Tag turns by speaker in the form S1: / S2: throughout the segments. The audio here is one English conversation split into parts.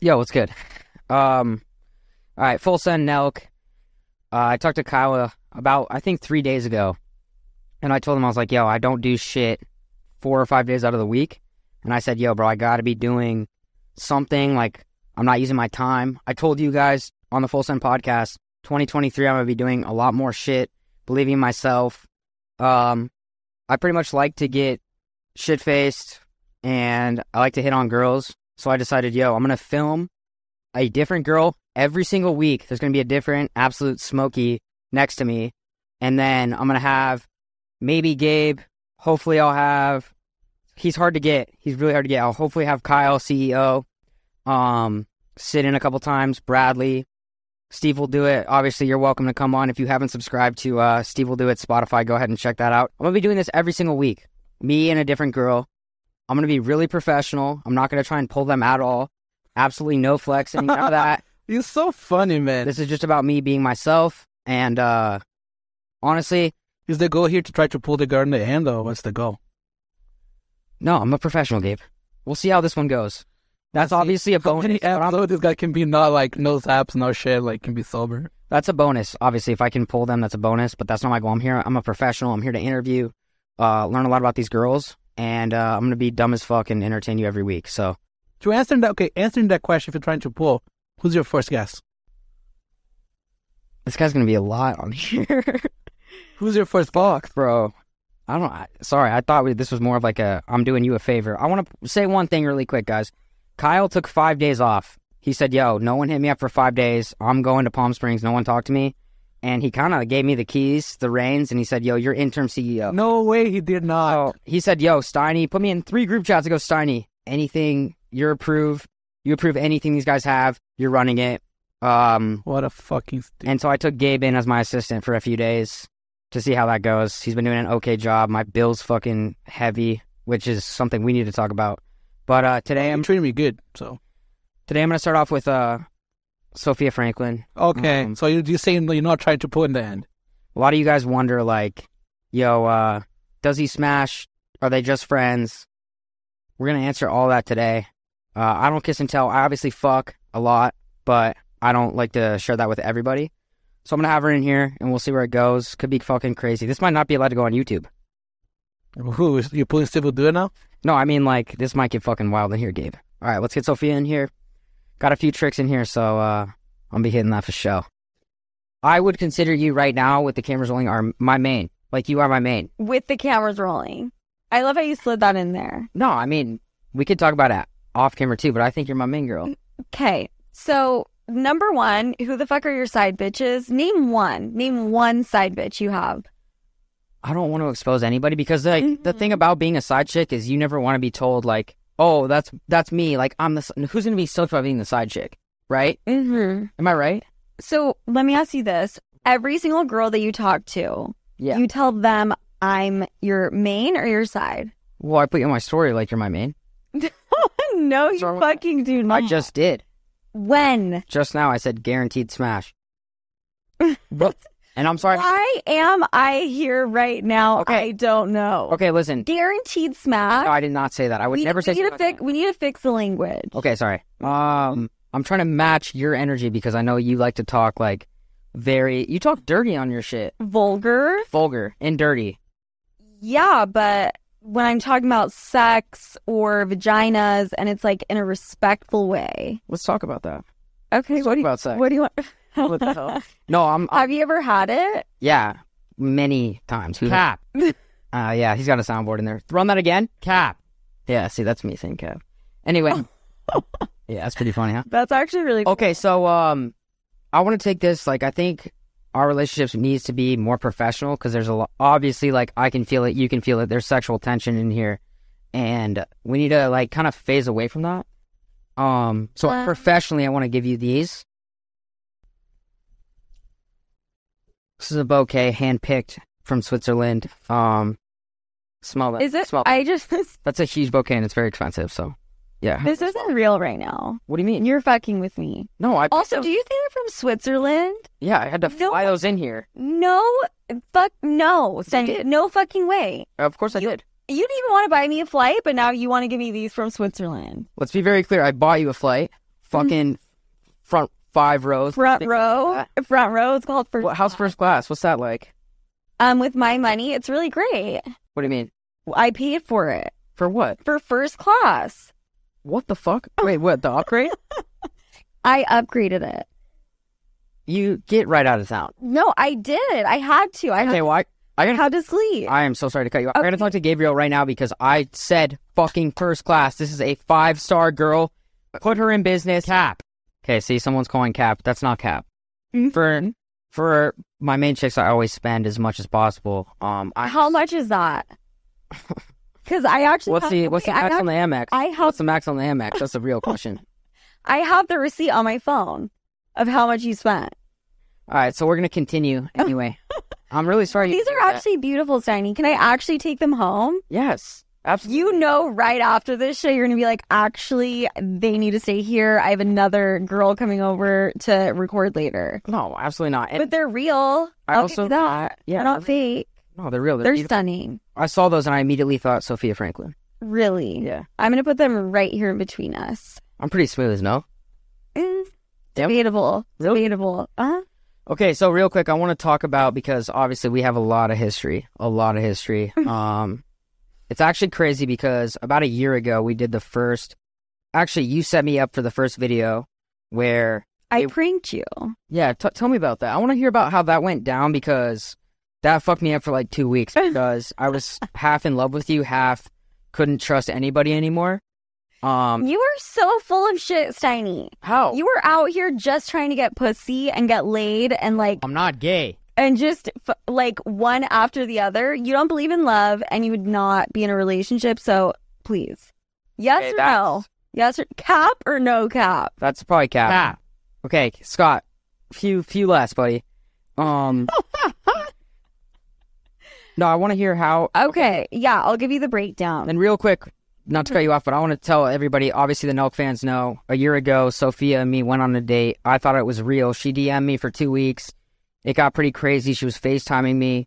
S1: Yo, what's good? Um, all right, full send Nelk. Uh, I talked to Kyle about I think three days ago, and I told him I was like, "Yo, I don't do shit four or five days out of the week," and I said, "Yo, bro, I got to be doing something. Like, I'm not using my time." I told you guys on the Full Send podcast, 2023, I'm gonna be doing a lot more shit, believing in myself. Um, I pretty much like to get shit faced, and I like to hit on girls. So I decided, yo, I'm gonna film a different girl every single week. There's gonna be a different absolute smoky next to me, and then I'm gonna have maybe Gabe. Hopefully, I'll have. He's hard to get. He's really hard to get. I'll hopefully have Kyle, CEO, um, sit in a couple times. Bradley, Steve will do it. Obviously, you're welcome to come on if you haven't subscribed to uh, Steve will do it Spotify. Go ahead and check that out. I'm gonna be doing this every single week. Me and a different girl. I'm gonna be really professional. I'm not gonna try and pull them at all. Absolutely no flexing, none of that.
S2: You're so funny, man.
S1: This is just about me being myself. And uh, honestly,
S2: Is the goal here to try to pull the girl in the end, or what's the goal?
S1: no, I'm a professional, Gabe. We'll see how this one goes. That's obviously a
S2: How many
S1: bonus. but I'm-
S2: episodes this guy can be not like no zaps, no shit, like can be sober.
S1: That's a bonus. Obviously, if I can pull them, that's a bonus. But that's not my goal. I'm here. I'm a professional. I'm here to interview, uh, learn a lot about these girls, and uh, I'm gonna be dumb as fuck and entertain you every week. So
S2: To answer that, okay, answering that question, if you're trying to pull, who's your first guess?
S1: this guy's gonna be a lot on here.
S2: Who's your first fuck?
S1: bro. I don't. I, sorry, I thought we, this was more of like a I'm doing you a favor. I want to say one thing really quick, guys. Kyle took five days off. He said, "Yo, no one hit me up for five days. I'm going to Palm Springs. No one talked to me." And he kind of gave me the keys, the reins, and he said, "Yo, you're interim CEO."
S2: No way, he did not.
S1: Oh, he said, "Yo, Steiny, put me in three group chats." I go, "Steiny, anything you approve, you approve anything these guys have. You're running it." Um,
S2: What a fucking stupid.
S1: and so I took Gabe in as my assistant for a few days to see how that goes. He's been doing an okay job. My bill's fucking heavy, which is something we need to talk about. But uh, today I'm
S2: You treated me good, so
S1: today I'm gonna start off with uh, Sophia Franklin.
S2: okay.
S1: Mm.
S2: So you you saying that you're not trying to pull in the end?
S1: A lot of you guys wonder, like, yo, uh, does he smash? Are they just friends? We're gonna answer all that today. Uh, I don't kiss and tell. I obviously fuck a lot, but I don't like to share that with everybody. So I'm gonna have her in here, and we'll see where it goes. Could be fucking crazy. This might not be allowed to go on YouTube.
S2: Who is you pulling civil do it now?
S1: No, I mean like this might get fucking wild in here, Gabe. All right, let's get Sophia in here. Got a few tricks in here, so uh, I'll be hitting that for show. I would consider you right now with the cameras rolling are my main. Like you are my main.
S3: with the cameras rolling. I love how you slid that in there.
S1: No, I mean we could talk about it off camera too, but I think you're my main girl.
S3: Mm. Okay. So, number one, who the fuck are your side bitches? Name one. Name one side bitch you have.
S1: I don't want to expose anybody because like the
S3: Mm-hmm.
S1: thing about being a side chick is you never want to be told like, oh, that's that's me. Like I'm the s- who's gonna be stoked about being the side chick, right?
S3: Mm-hmm.
S1: Am I right?
S3: So, let me ask you this every single girl that you talk to,
S1: Yeah.
S3: you tell them I'm your main or your side?
S1: well, I put you in my story like you're my main.
S3: no, you
S1: What's wrong with that?
S3: fucking do not.
S1: I just did.
S3: When?
S1: Just now I said guaranteed smash. But- and I'm sorry.
S3: Why am I here right now?
S1: Okay.
S3: I don't know.
S1: Okay, listen.
S3: Guaranteed smash.
S1: No, I did not say that. I would
S3: we,
S1: never
S3: we
S1: say
S3: need to fix. We need to fix the language.
S1: Okay, sorry. Um I'm trying to match your energy because I know you like to talk like very you talk dirty on your shit.
S3: Vulgar.
S1: Vulgar and dirty.
S3: Yeah, but when I'm talking about sex or vaginas and it's like in a respectful way.
S1: Let's talk about that.
S3: Okay,
S1: Let's
S3: what
S1: talk
S3: do you
S1: about sex.
S3: what do you want?
S1: What the hell? No, I'm, i
S3: Have you ever had it?
S1: yeah, many times. Cap. uh yeah, he's got a soundboard in there. Run that again. Cap. Yeah, see that's me saying cap. Anyway. yeah, that's pretty funny, huh?
S3: That's actually really cool.
S1: Okay, so um, I want to take this. Like, I think our relationships needs to be more professional because there's a lot. Obviously, like I can feel it, you can feel it. There's sexual tension in here, and we need to like kind of phase away from that. Um, so
S3: Um.
S1: professionally, I want to give you these. This is a bouquet handpicked from Switzerland. Um, smell that.
S3: Is it?
S1: Smell that.
S3: I just this,
S1: That's a huge bouquet and it's very expensive. So, yeah.
S3: this isn't real right now.
S1: What do you mean?
S3: You're fucking with me.
S1: No, I
S3: Also, do you think they're from Switzerland?
S1: Yeah, I had to
S3: No.
S1: fly those in here.
S3: No, fuck no, Send- no fucking way.
S1: Of course I
S3: You-
S1: did.
S3: You didn't even want to buy me a flight, but now you want to give me these from Switzerland.
S1: Let's be very clear. I bought you a flight
S3: Mm-hmm.
S1: fucking front five rows.
S3: Front row, front row. It's called for
S1: What, how's first class? What's that like?
S3: um with my money. It's really great.
S1: What do you mean?
S3: I paid for it
S1: For what?
S3: for first class.
S1: What the fuck?
S3: Oh.
S1: Wait, what? The upgrade?
S3: I upgraded it.
S1: you get right out of town.
S3: No, I did. I had to. I
S1: Okay, well, I, I gotta
S3: had to sleep.
S1: I am so sorry to cut you. off. I'm gonna talk to Gabriel right now because I said fucking first class. This is a five star girl. Put her in business. Cap. Okay, see, someone's calling cap. That's not cap.
S3: Mhm.
S1: For for my main chicks, I always spend as much as possible. Um, I,
S3: How much is that? Because I actually
S1: What's
S3: have-
S1: the what's the
S3: okay, I
S1: max
S3: have,
S1: on the Amex?
S3: I have
S1: What's the max on the Amex? That's a real question.
S3: I have the receipt on my phone of how much you spent.
S1: All right, so we're gonna continue anyway. I'm really sorry. you
S3: These
S1: did
S3: are
S1: that.
S3: actually beautiful, Steiny. Can I actually take them home?
S1: yes, absolutely.
S3: You know, right after this show, you're gonna be like, actually, they need to stay here. I have another girl coming over to record later.
S1: No, absolutely not. And,
S3: but they're real.
S1: I
S3: I'll
S1: also-
S3: give you that.
S1: yeah,
S3: they're not fake.
S1: no, they're real. They're,
S3: They're
S1: beautiful.
S3: stunning.
S1: I saw those and I immediately thought Sophia Franklin.
S3: Really.
S1: Yeah,
S3: I'm gonna put them right here in between us.
S1: I'm pretty smooth, no?
S3: Mm,
S1: Yep.
S3: Debatable.
S1: Really?
S3: Debatable. Uh-huh.
S1: Okay, so real quick, I want to talk about because obviously we have a lot of history, a lot of history. um, it's actually crazy because about a year ago we did the first. Actually, you set me up for the first video where
S3: I
S1: It-
S3: pranked you.
S1: yeah, t- tell me about that. I want to hear about how that went down because that fucked me up for like two weeks because I was half in love with you, half couldn't trust anybody anymore. Um,
S3: You were so full of shit, Steiny.
S1: how
S3: You were out here just trying to get pussy and get laid and like
S1: I'm not gay.
S3: and just f- like one after the other. You don't believe in love and you would not be in a relationship, so please. Yes
S1: Okay,
S3: or
S1: that's-
S3: no? Yes or cap or no cap?
S1: That's probably cap. Okay, Scott, few few less, buddy. Um, no, I want to hear how.
S3: Okay, yeah, I'll give you the breakdown.
S1: And real quick, not to cut you off, but I want to tell everybody. Obviously, the Nelk fans know. A year ago, Sophia and me went on a date. I thought it was real. She DM'd me for two weeks. It got pretty crazy. She was FaceTiming me,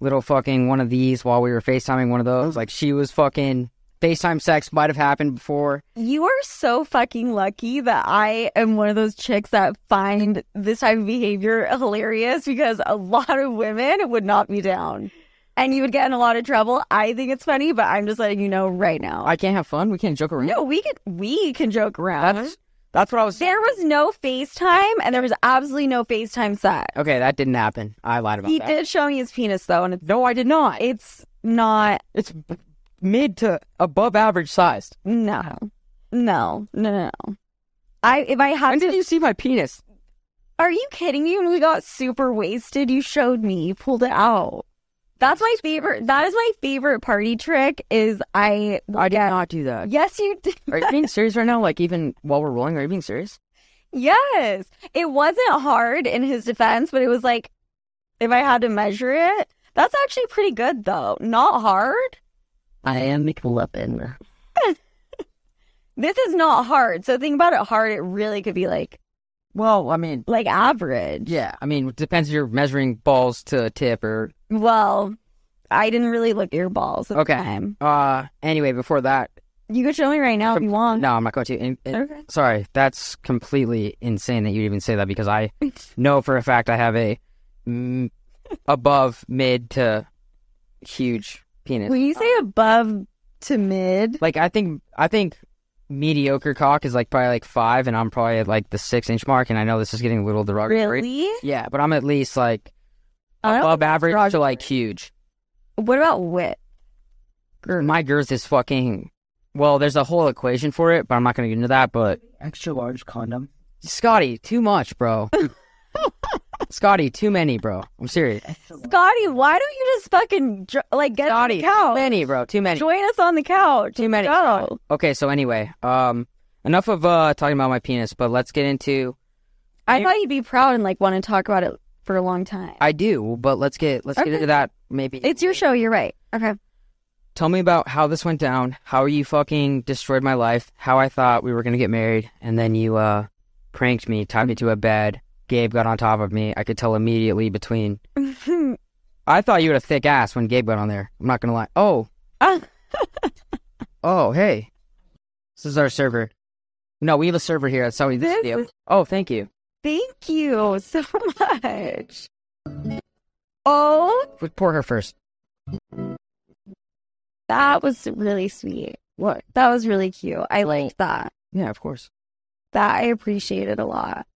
S1: little fucking one of these while we were FaceTiming one of those. Like she was fucking FaceTime sex might have happened before.
S3: You are so fucking lucky that I am one of those chicks that find this type of behavior hilarious because a lot of women would not be down. And you would get in a lot of trouble. I think it's funny, but I'm just letting you know right now.
S1: I can't have fun. We can't joke around.
S3: no, we could we can joke around.
S1: That's that's what I was.
S3: there was no FaceTime and there was absolutely no FaceTime set.
S1: Okay, that didn't happen. I lied about
S3: He
S1: that.
S3: did show me his penis though, and it's
S1: No, I did not.
S3: it's not
S1: It's b- mid to above average sized.
S3: no. No, no, no, no. I if I had
S1: When
S3: to
S1: did you see my penis?
S3: Are you kidding me? When we got super wasted, you showed me, you pulled it out. That's my favorite. That is my favorite party trick. Is I?
S1: I did
S3: Yeah.
S1: not do that.
S3: Yes, you did.
S1: Are you being serious right now? Like even while we're rolling, are you being serious?
S3: Yes, it wasn't hard in his defense, but it was like, if I had to measure it, that's actually pretty good though. Not hard.
S1: I am McLuppin.
S3: This is not hard. So think about it hard. It really could be like
S1: Well, I mean,
S3: like average.
S1: yeah. I mean, it depends if you're measuring balls to a tip or.
S3: Well, I didn't really look at your balls. At
S1: Okay.
S3: The time.
S1: Uh, anyway, before that,
S3: You could show me right now if you want.
S1: no, I'm not going to. And- and-
S3: Okay.
S1: Sorry, that's completely insane that you even say that because I know for a fact I have a mm, above mid to huge penis.
S3: When you say above to mid,
S1: like I think I think mediocre cock is like probably like five, and I'm probably at like the six inch mark. And I know this is getting a little derogatory.
S3: really?
S1: Yeah, but I'm at least like
S3: I don't-
S1: above average to like huge.
S3: What about wit?
S1: My girth is fucking. Well, there's a whole equation for it, but I'm not going to get into that. But
S2: Extra large condom.
S1: Scotty, too much, bro. Scotty, too many, bro. I'm serious.
S3: Scotty, why don't you just fucking jo- like get on
S1: Scotty,
S3: the
S1: too
S3: couch?
S1: many, bro. Too many.
S3: Join us on the couch.
S1: Too many.
S3: Go.
S1: Okay, so anyway, um, enough of uh talking about my penis, but let's get into.
S3: I thought you'd be proud and like want to talk about it for a long time.
S1: I do, but let's get let's
S3: Okay.
S1: get into that maybe.
S3: it's your show. You're right. Okay.
S1: Tell me about how this went down, how you fucking destroyed my life, how I thought we were gonna get married, and then you uh pranked me, tied me to a bed. Gabe got on top of me. I could tell immediately between. I thought you had a thick ass when Gabe got on there. I'm not gonna lie. Oh,
S3: Ah.
S1: oh, hey, this is our server. No, we have a server here. That's how we
S3: This
S1: do.
S3: is-
S1: Oh, thank you.
S3: Thank you so much. Oh,
S1: We pour her first.
S3: that was really sweet. What? That was really cute. I liked that.
S1: Yeah, of course.
S3: That I appreciated a lot.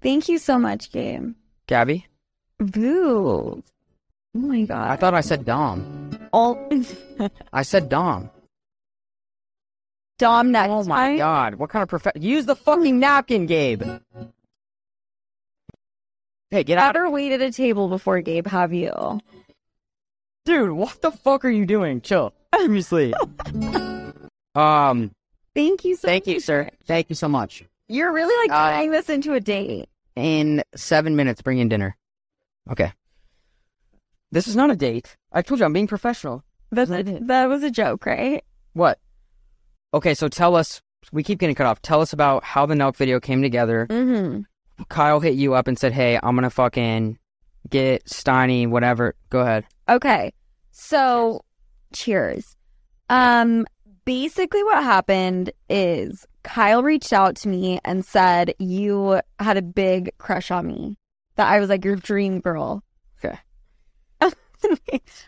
S3: Thank you so much, game.
S1: Gabby,
S3: Boo. Oh my god.
S1: I thought I said Dom.
S3: all
S1: I said Dom.
S3: Dom next
S1: Oh my
S3: time.
S1: god, what kind of prof? Use the fucking napkin, Gabe. Hey, get out,
S3: Never waited a table before Gabe, have you?
S1: dude. What the fuck are you doing? Chill. Seriously. um.
S3: Thank you so
S1: Thank you,
S3: much.
S1: sir. Thank you so much.
S3: You're really like
S1: Uh,
S3: tying this into a date.
S1: In seven minutes, bring in dinner. Okay. This is not a date. I told you I'm being professional.
S3: That's
S1: I did.
S3: that was a joke, right?
S1: What? Okay, so tell us. We keep getting cut off. Tell us about how the Nelk video came together.
S3: Mm-hmm.
S1: Kyle hit you up and said, "Hey, I'm gonna fucking get Steiny, whatever." Go ahead.
S3: Okay. So cheers. Um basically what happened is Kyle reached out to me and said you had a big crush on me. That I was like your dream girl.
S1: Okay.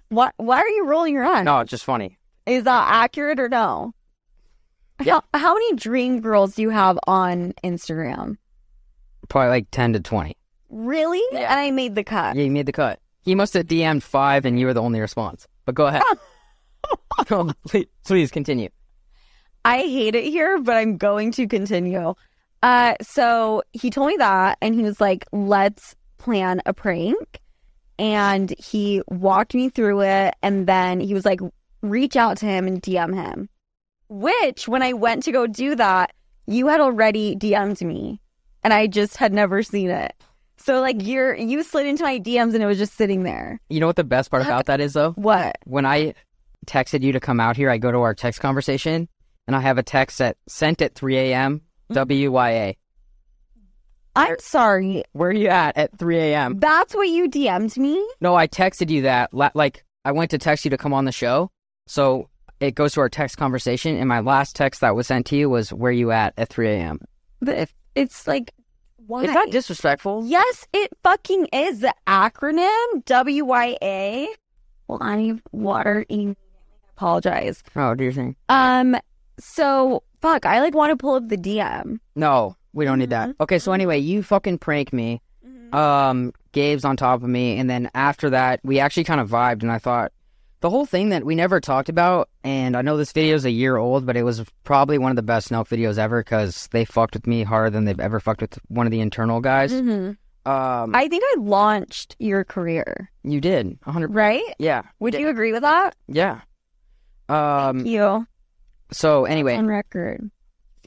S3: why why are you rolling your eyes?
S1: No, it's just funny.
S3: Is that accurate or no?
S1: Yeah.
S3: How, how many dream girls do you have on Instagram?
S1: Probably like ten to twenty.
S3: Really? And I made the cut.
S1: Yeah, you made the cut. He must have DM'd five, and you were the only response. But go ahead. Go, please, please continue.
S3: I hate it here, but I'm going to continue. Uh, so he told me that, and he was like, let's plan a prank. And he walked me through it, and then he was like, reach out to him and DM him. Which, when I went to go do that, you had already DM'd me, and I just had never seen it. So like you're you slid into my DMs and it was just sitting there.
S1: You know what the best part about that is, though?
S3: What?
S1: When I texted you to come out here, I go to our text conversation, and I have a text that sent at 3 a.m. WYA.
S3: I'm sorry.
S1: Where are you at at 3 a.m.?
S3: That's what you DM'd me?
S1: No, I texted you that. la- Like, I went to text you to come on the show. So it goes to our text conversation. And my last text that was sent to you was, Where you at at 3 a.m.?
S3: But It's like why?
S1: It's not disrespectful.
S3: Yes, it fucking is the acronym WYA. Well, I need water. I apologize.
S1: Oh, do you think?
S3: Um, so fuck, I like want to pull up the DM.
S1: No, we don't need
S3: Mm-hmm.
S1: that. Okay, so anyway, you fucking prank me. Um, Gabe's on top of me. And then after that, we actually kind of vibed. And I thought, the whole thing that we never talked about, and I know this video's a year old, but it was probably one of the best Nelk videos ever because they fucked with me harder than they've ever fucked with one of the internal guys.
S3: Mhm.
S1: Um,
S3: I think I launched your career,
S1: you did 100
S3: right?
S1: Yeah.
S3: Would you agree with that?
S1: Yeah. Um.
S3: You Um,
S1: So anyway,
S3: on record.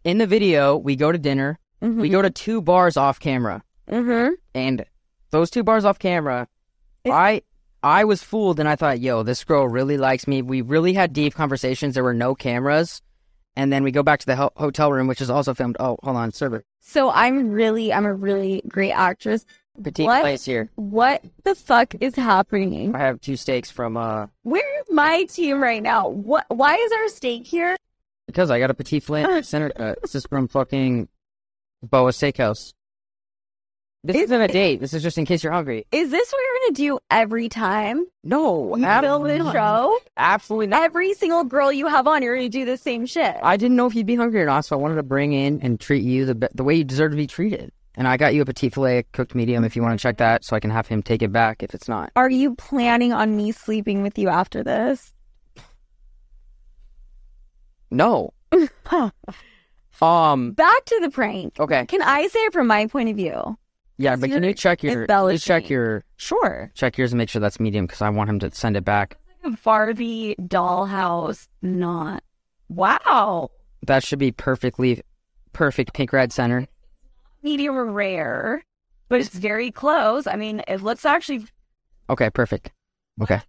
S1: in the video, we go to dinner.
S3: Mm-hmm.
S1: We go to two bars off camera,
S3: mm-hmm.
S1: and those two bars off camera, I I was fooled, and I thought, yo, this girl really likes me. We really had deep conversations. There were no cameras, and then we go back to the ho- hotel room, which is also filmed. Oh, hold on, server.
S3: So I'm really, I'm a really great actress.
S1: Petite
S3: What?
S1: place here.
S3: What the fuck is happening?
S1: I have two steaks from uh
S3: Where is my team right now? What? Why is our steak here?
S1: because I got a petite flint center cut. This is from fucking Boa Steakhouse. This
S3: It-
S1: isn't a date. This is just in case you're hungry.
S3: Is this what you're gonna do every time
S1: No,
S3: you film
S1: absolutely
S3: this
S1: not.
S3: show?
S1: Absolutely not.
S3: Every single girl you have on, you're gonna do the same shit.
S1: I didn't know if you'd be hungry or not, so I wanted to bring in and treat you the be- the way you deserve to be treated. And I got you a petite filet cooked medium if you want to check that, so I can have him take it back if it's not.
S3: Are you planning on me sleeping with you after this?
S1: No. um.
S3: Back to the prank.
S1: Okay.
S3: Can I say it from my point of view?
S1: Yeah, but can you check your can you check your
S3: Sure.
S1: check yours and make sure that's medium because I want him to send it back.
S3: Barbie dollhouse, not. Wow.
S1: That should be perfectly perfect pink red center.
S3: Medium rare, but it's very close. I mean, it looks actually.
S1: Okay, perfect. Okay.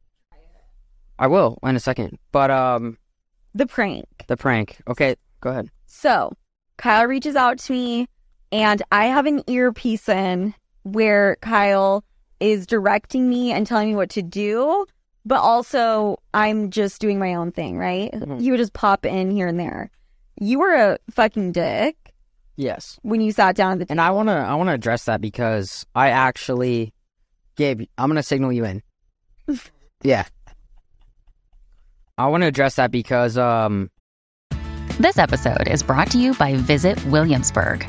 S1: I will in a second. But um,
S3: The prank.
S1: the prank. Okay, go ahead.
S3: So Kyle reaches out to me, and I have an earpiece in where Kyle is directing me and telling me what to do, but also I'm just doing my own thing, right?
S1: Mhm.
S3: You would just pop in here and there. You were a fucking dick.
S1: Yes.
S3: when you sat down at the
S1: And I wanna I wanna address that because I actually Gabe, I'm gonna signal you in. yeah. I wanna address that because um
S4: This episode is brought to you by Visit Williamsburg.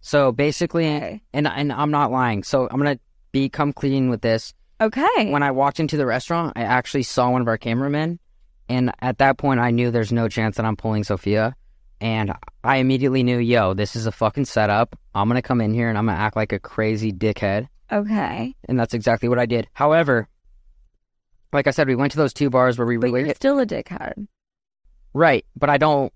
S1: So basically
S3: Okay.
S1: and and I'm not lying. So I'm gonna become clean with this.
S3: Okay.
S1: When I walked into the restaurant, I actually saw one of our cameramen, and at that point, I knew there's no chance that I'm pulling Sophia. And I immediately knew, yo, this is a fucking setup. I'm gonna come in here and I'm gonna act like a crazy dickhead.
S3: Okay.
S1: And that's exactly what I did. However, like I said, we went to those two bars where we
S3: But
S1: really
S3: you're still a dickhead.
S1: right, but I don't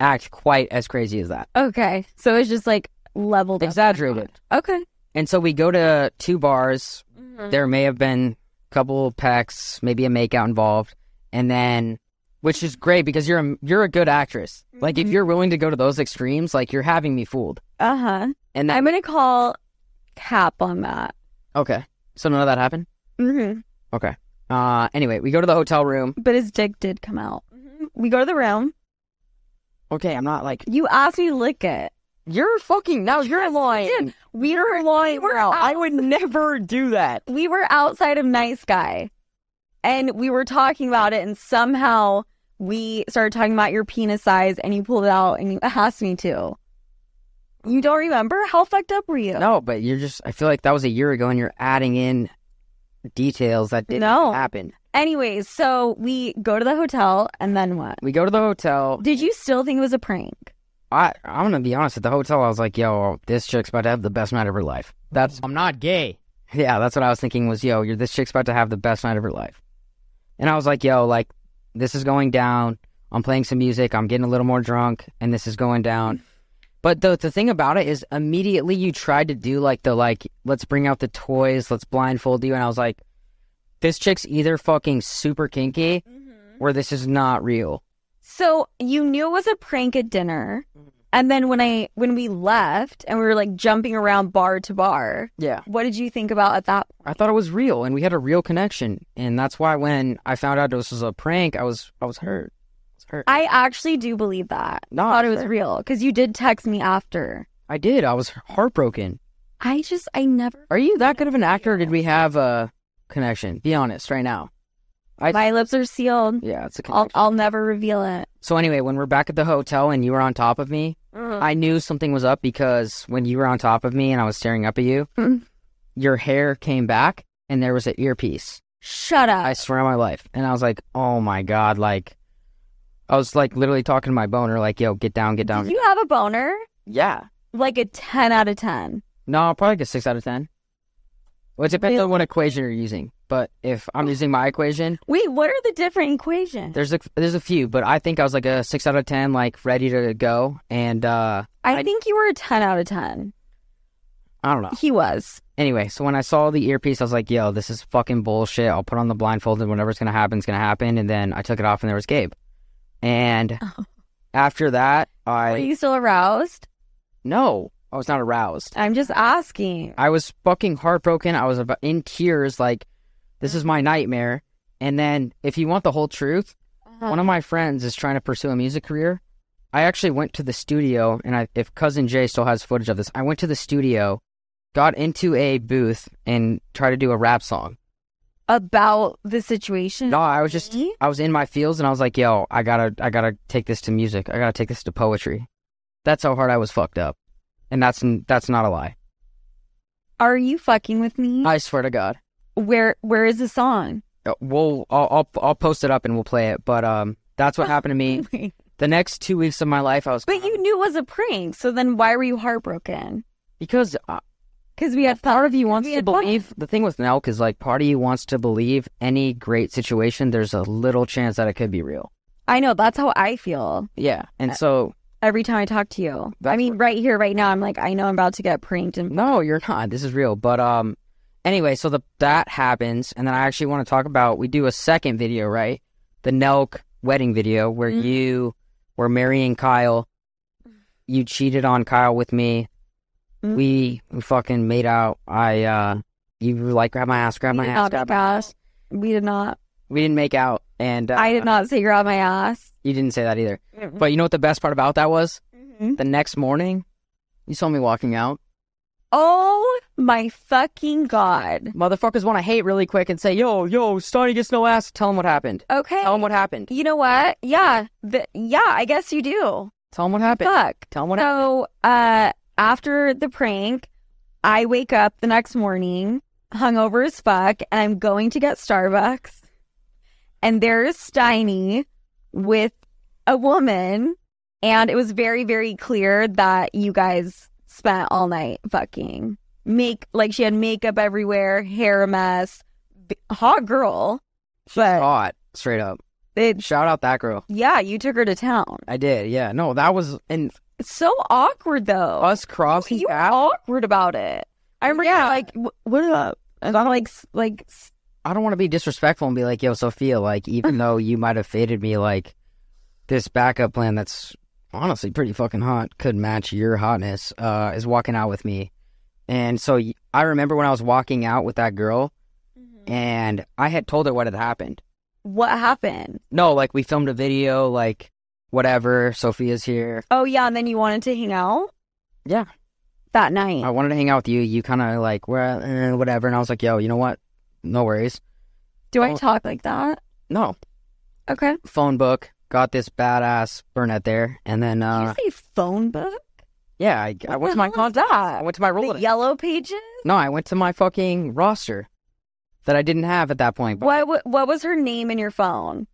S1: act quite as crazy as that.
S3: Okay. So it's just like leveled up.
S1: Exaggerated.
S3: Okay.
S1: And so we go to two bars there may have been a couple packs, maybe a makeout involved, and then which is great because you're a, you're a good actress. Like if you're willing to go to those extremes, like you're having me fooled.
S3: Uh huh.
S1: And that
S3: I'm gonna call cap on that.
S1: okay, so none of that happened.
S3: Mm-hmm.
S1: Okay. Uh, anyway, we go to the hotel room.
S3: But his dick did come out. We go to the room.
S1: Okay, I'm not like
S3: You asked me to lick it.
S1: you're fucking now. You're lying.
S3: did. We were
S1: You're lying.
S3: we were
S1: now. I
S3: out-
S1: would never do that.
S3: we were outside of Nice Guy, and we were talking about it, and somehow we started talking about your penis size, and you pulled it out, and you asked me to. You don't remember? How fucked up were you?
S1: No, but you're just. I feel like that was a year ago, and you're adding in details that didn't
S3: No.
S1: happen.
S3: Anyways, so we go to the hotel, and then what?
S1: We go to the hotel.
S3: Did you still think it was a prank?
S1: I I'm gonna be honest. At the hotel, I was like, "Yo, this chick's about to have the best night of her life." That's I'm not gay. Yeah, that's what I was thinking. Was yo, you're this chick's about to have the best night of her life, and I was like, "Yo, like this is going down. I'm playing some music. I'm getting a little more drunk, and this is going down." But the the thing about it is, immediately you tried to do like the like, let's bring out the toys, let's blindfold you, and I was like, "This chick's either fucking super kinky, or this is not real."
S3: So you knew it was a prank at dinner,
S1: Mm-hmm.
S3: and then when I when we left and we were like jumping around bar to bar,
S1: Yeah.
S3: what did you think about at that?
S1: I thought it was real and we had a real connection. And that's why when I found out this was a prank, I was I was hurt. I was hurt. I,
S3: I actually do believe that.
S1: No,
S3: I thought it was
S1: sure.
S3: real because you did text me after.
S1: did. I was heartbroken.
S3: I just I never
S1: Are you that good of an actor or did we have a connection? Be honest right now. I-
S3: my lips are sealed.
S1: Yeah, it's a
S3: I'll
S1: connection.
S3: I'll never reveal it.
S1: so anyway, when we're back at the hotel and you were on top of me, I knew something was up because when you were on top of me and I was staring up at you,
S3: Mm.
S1: your hair came back and there was an earpiece.
S3: Shut up.
S1: I swear on my life. And I was like, "Oh my god!" Like, I was like literally talking to my boner, like, "Yo, get down, get down."
S3: Did you have a boner?
S1: yeah.
S3: Like a ten out of ten.
S1: No, probably like a six out of ten. Well, it depends
S3: Really? Oh.
S1: on what equation you're using. But if I'm using my equation,
S3: Wait, what are the different equations?
S1: there's a there's a few, but I think I was like a six out of ten, like ready to go, and uh
S3: I think you were a ten out of ten.
S1: I don't know.
S3: He was.
S1: Anyway, so when I saw the earpiece, I was like, "Yo, this is fucking bullshit." I'll put on the blindfold, and whatever's gonna happen is gonna happen. And then I took it off, and there was Gabe. And after that, I
S3: Are you still aroused?
S1: no, I was not aroused.
S3: I'm just asking.
S1: I was fucking heartbroken. I was about in tears, like, this is my nightmare. And then, if you want the whole truth, one of my friends is trying to pursue a music career. I actually went to the studio, and I, if Cousin Jay still has footage of this, I went to the studio, got into a booth, and tried to do a rap song.
S3: About the situation.
S1: No, I was just,
S3: Me?
S1: I was in my fields, and I was like, yo, I gotta, I gotta take this to music. I gotta take this to poetry. That's how hard I was fucked up, and that's that's not a lie.
S3: Are you fucking with me?
S1: I swear to God.
S3: where where is the song?
S1: Uh, we'll I'll, I'll I'll post it up and we'll play it. But um, that's what happened to me.
S3: Wait.
S1: The next two weeks of my life, I was
S3: But you knew it was a prank, so then why were you heartbroken?
S1: because uh,
S3: Because we had
S1: part of you wants
S3: we
S1: to
S3: had fun.
S1: believe. The thing with Nelk is like part of you wants to believe any great situation. There's a little chance that it could be real.
S3: I know that's how I feel.
S1: Yeah, and so
S3: every time I talk to you. I
S1: That's
S3: mean, right here, right now, I'm like, I know I'm about to get pranked and
S1: No, you're not. This is real. But um, anyway, so the that happens, and then I actually want to talk about we do a second video, right? The Nelk wedding video where
S3: Mhm.
S1: you were marrying Kyle. You cheated on Kyle with me.
S3: Mhm.
S1: We, we fucking made out. I uh, you were like grab my ass, grab my
S3: We did
S1: ass,
S3: not
S1: grab my
S3: grab
S1: ass.
S3: ass. We did not.
S1: We didn't make out, and uh,
S3: I did not Mm-hmm. say you're on my ass.
S1: You didn't say that either. But you know what the best part about that was?
S3: Mhm.
S1: The next morning, you saw me walking out.
S3: Oh my fucking god.
S1: motherfuckers want to hate really quick and say, "Yo, yo, Stoney gets no ass." Tell them what happened.
S3: Okay.
S1: Tell them what happened.
S3: You know what? Yeah. The, yeah, I guess you do.
S1: Tell them what happened.
S3: Fuck.
S1: Tell them what happened.
S3: So, uh, after the prank, I wake up the next morning, hungover as fuck, and I'm going to get Starbucks. And there's Steiny with a woman. And it was very, very clear that you guys spent all night fucking. Make, like, she had makeup everywhere, hair a mess, b- hot girl. But
S1: Hot, straight up.
S3: it,
S1: Shout out that girl.
S3: yeah, you took her to town.
S1: I did. Yeah. No, that was and
S3: It's so awkward, though.
S1: us crossing
S3: you were
S1: paths.
S3: awkward about it. I remember, yeah, like, "Wh- what up? And I'm like, s- like, s-
S1: I don't want to be disrespectful and be like, "Yo, Sophia," like even though you might have faded me, like this backup plan that's honestly pretty fucking hot could match your hotness uh, is walking out with me. And so y- I remember when I was walking out with that girl, Mm-hmm. and I had told her what had happened.
S3: what happened?
S1: No, like we filmed a video, like whatever. Sophia's here.
S3: Oh yeah, and then you wanted to hang out.
S1: Yeah.
S3: that night.
S1: I wanted to hang out with you. You kind of like, well, eh, whatever. And I was like, yo, you know what? No worries.
S3: Do I
S1: oh.
S3: talk like that?
S1: No.
S3: Okay.
S1: Phone book. Got this badass brunette there. And then, uh,
S3: Did you say phone book?
S1: yeah, I, I went to my
S3: What the hell is
S1: contact. I
S3: that?
S1: went to my
S3: The
S1: Rolodex.
S3: yellow pages.
S1: No, I went to my fucking roster that I didn't have at that point. But
S3: What wa- what was her name in your phone?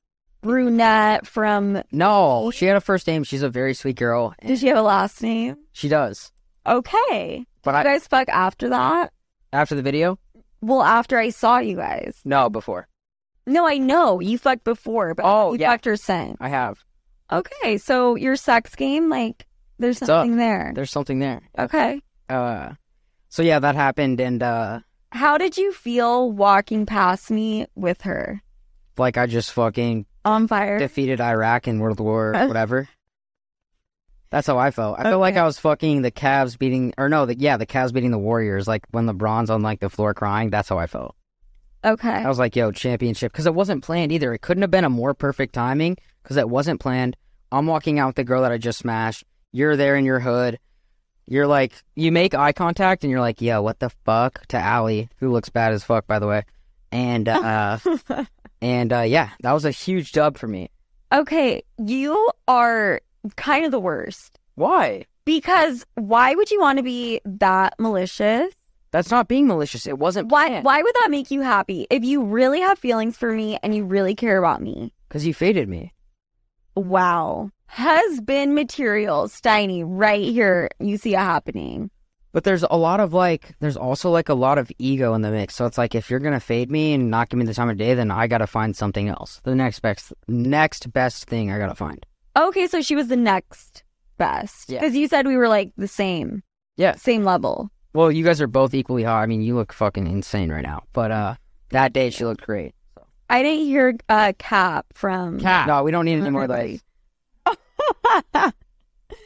S3: Brunette from. Oh.
S1: no, she had a first name. She's a very sweet girl.
S3: Did she have a last name?
S1: She does.
S3: Okay.
S1: But
S3: You
S1: I,
S3: guys fuck after that.
S1: after the video,
S3: Well, after I saw you guys.
S1: no, before
S3: No, I know you fucked before, but
S1: Oh,
S3: you
S1: yeah.
S3: fucked her since.
S1: I have.
S3: Okay, so your sex game, like, there's
S1: It's
S3: something there.
S1: There's something there.
S3: Okay.
S1: Uh, so yeah, that happened. And, uh,
S3: How did you feel walking past me with her
S1: like I just fucking
S3: on fire?
S1: defeated Iraq in World War
S3: Uh,
S1: whatever. That's how I felt. I felt like
S3: Okay.
S1: I was fucking the Cavs beating, or no, the, yeah, the Cavs beating the Warriors. Like when LeBron's on like the floor crying, that's how I felt.
S3: okay.
S1: I was like, "Yo, championship," because it wasn't planned either. It couldn't have been a more perfect timing because it wasn't planned. I'm walking out with the girl that I just smashed. You're there in your hood. You're like, you make eye contact and you're like, "Yo, what the fuck?" To Allie, who looks bad as fuck, by the way. And uh, and uh, yeah, that was a huge dub for me.
S3: okay, you are kind of the worst
S1: Why?
S3: because why would you want to be that malicious?
S1: That's not being malicious. It wasn't
S3: Why? Why would that make you happy? If you really have feelings for me and you really care about me,
S1: because you faded me.
S3: wow, husband material, Steiny, right here. You see it happening.
S1: But there's a lot of like, there's also like a lot of ego in the mix. So it's like if you're gonna fade me and not give me the time of day, then I gotta find something else. The next best, next best thing I gotta find.
S3: Okay, so she was the next best.
S1: Yeah.
S3: Because you said we were like the same,
S1: Yeah.
S3: same level.
S1: Well, you guys are both equally hot. I mean, you look fucking insane right now. But uh, that day she looked great.
S3: I didn't hear uh, Cap from.
S1: No, we don't need any more legs.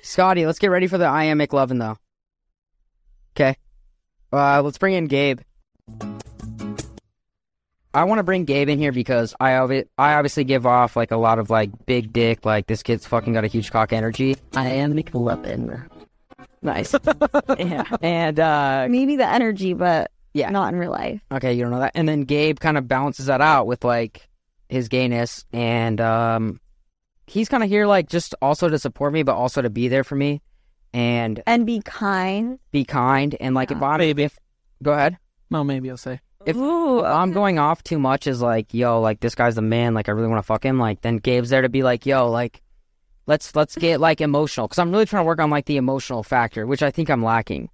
S1: Scotty, let's get ready for the I am McLovin though. Okay. Uh, let's bring in Gabe. I want to bring Gabe in here because I obvi- I obviously give off like a lot of like big dick, like this kid's fucking got a huge cock energy.
S5: I am McLovin.
S1: Nice. yeah. And uh,
S3: Maybe the energy, but
S1: Yeah.
S3: not in real life.
S1: okay, you don't know that. And then Gabe kind of balances that out with like his gayness, and um, he's kind of here like just also to support me, but also to be there for me, and
S3: And be kind.
S1: be kind, and like if I'm
S2: Maybe.
S1: go ahead.
S2: No, maybe I'll say.
S1: If-
S3: Ooh,
S1: I'm going off too much is like, yo, like this guy's the man. Like I really want to fuck him. Like then Gabe's there to be like, yo, like let's let's get like emotional because I'm really trying to work on like the emotional factor, which I think I'm lacking.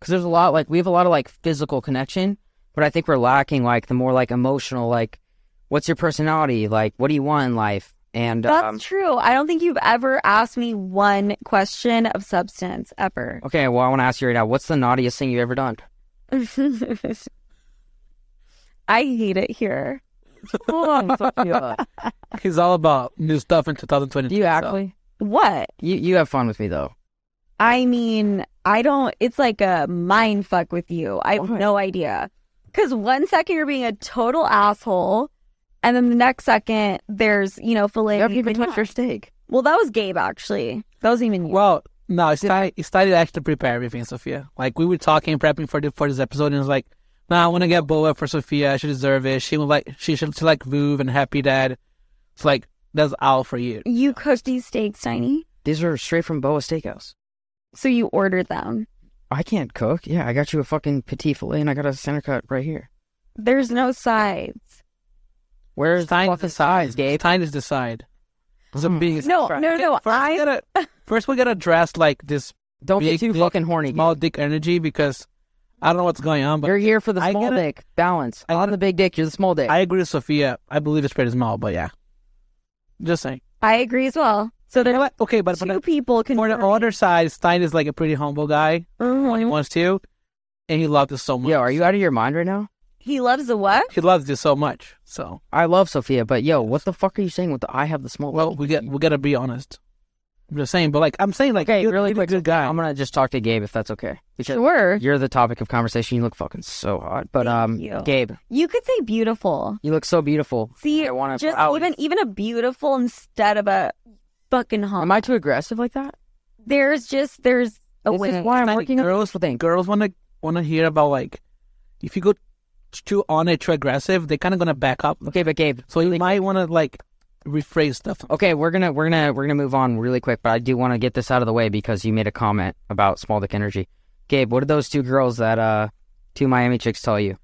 S1: Because there's a lot like we have a lot of like physical connection, but I think we're lacking like the more like emotional like, what's your personality? Like what do you want in life? And
S3: That's
S1: um,
S3: true. I don't think you've ever asked me one question of substance ever.
S1: okay, well, I want to ask you right now, what's the naughtiest thing you've ever done?
S3: I hate it here. Oh,
S2: He's all about new stuff in 2022.
S1: You
S2: so.
S1: actually,
S3: What?
S1: you you have fun with me though.
S3: I mean, I don't. It's like a mind fuck with you. I have
S1: Why?
S3: no idea. Because one second you're being a total asshole, and then the next second there's you know filet.
S1: steak.
S3: Well, that was Gabe actually. That wasn't even you.
S2: Well, no, it's time. It's time to actually prepare everything, Sophia. Like we were talking, prepping for the, for this episode, and it was like, nah, I want to get boa for Sophia. She deserves it. She was like, she should she like move and happy dad. It's like that's all for you.
S3: you cooked these steaks, Tiny.
S1: These are straight from Boa Steakhouse.
S3: So you ordered them.
S1: I can't cook. Yeah, I got you a fucking petit fillet, and I got a center cut right here.
S3: There's no sides.
S1: Where's the
S2: Time
S1: fuck
S2: to
S1: the size,
S2: decide.
S1: Gabe?
S2: Time to decide. It's a big-
S3: No, no, no.
S2: First, we
S3: I
S2: gotta, first we gotta address like this
S1: Don't
S2: big
S1: get too
S2: dick,
S1: fucking horny.
S2: small dick energy because I don't know what's going on, but
S1: You're here for the
S2: I
S1: small
S2: gotta-
S1: dick balance.
S2: I
S1: I'm
S2: gotta-
S1: the big dick. You're the small dick.
S2: I agree with Sophia. I believe it's pretty small, but yeah. Just saying.
S3: I agree as well. So
S2: You know
S3: there's
S2: what? Okay, but, but
S3: two people can.
S2: for the other side, Stein is like a pretty humble guy. He wants to, and he loves this so much.
S1: Yo, are you out of your mind right now?
S3: He loves the what?
S2: He loves this so much. So,
S1: I love Sophia, but yo, what the fuck are you saying with the I have the small
S2: well, we get we gotta be honest. I'm just saying, but like I'm saying, like
S1: Okay,
S2: you're,
S1: really
S2: you're
S1: quick.
S2: a good guy.
S1: I'm gonna just talk to Gabe if that's okay. Because
S3: Sure.
S1: You're the topic of conversation. You look fucking so hot. But
S3: Thank
S1: um
S3: you.
S1: Gabe,
S3: You could say beautiful.
S1: you look so beautiful.
S3: See,
S1: I wanna
S3: just
S1: out-
S3: even even a beautiful instead of a fucking hot.
S1: Am I too aggressive like that?
S3: there's just there's
S2: Oh,
S3: a
S1: this
S3: way.
S1: is why I'm
S2: Tiny
S1: working on
S2: girls-
S1: this thing.
S2: Girls wanna wanna hear about like if you go too on it, too aggressive, they're kind of gonna back up.
S1: Okay, but Gabe.
S2: So you
S1: really-
S2: might wanna like rephrase stuff.
S1: Okay, we're gonna we're gonna we're gonna move on really quick, but I do want to get this out of the way because you made a comment about small dick energy. Gabe, what did those two girls that uh two Miami chicks tell you?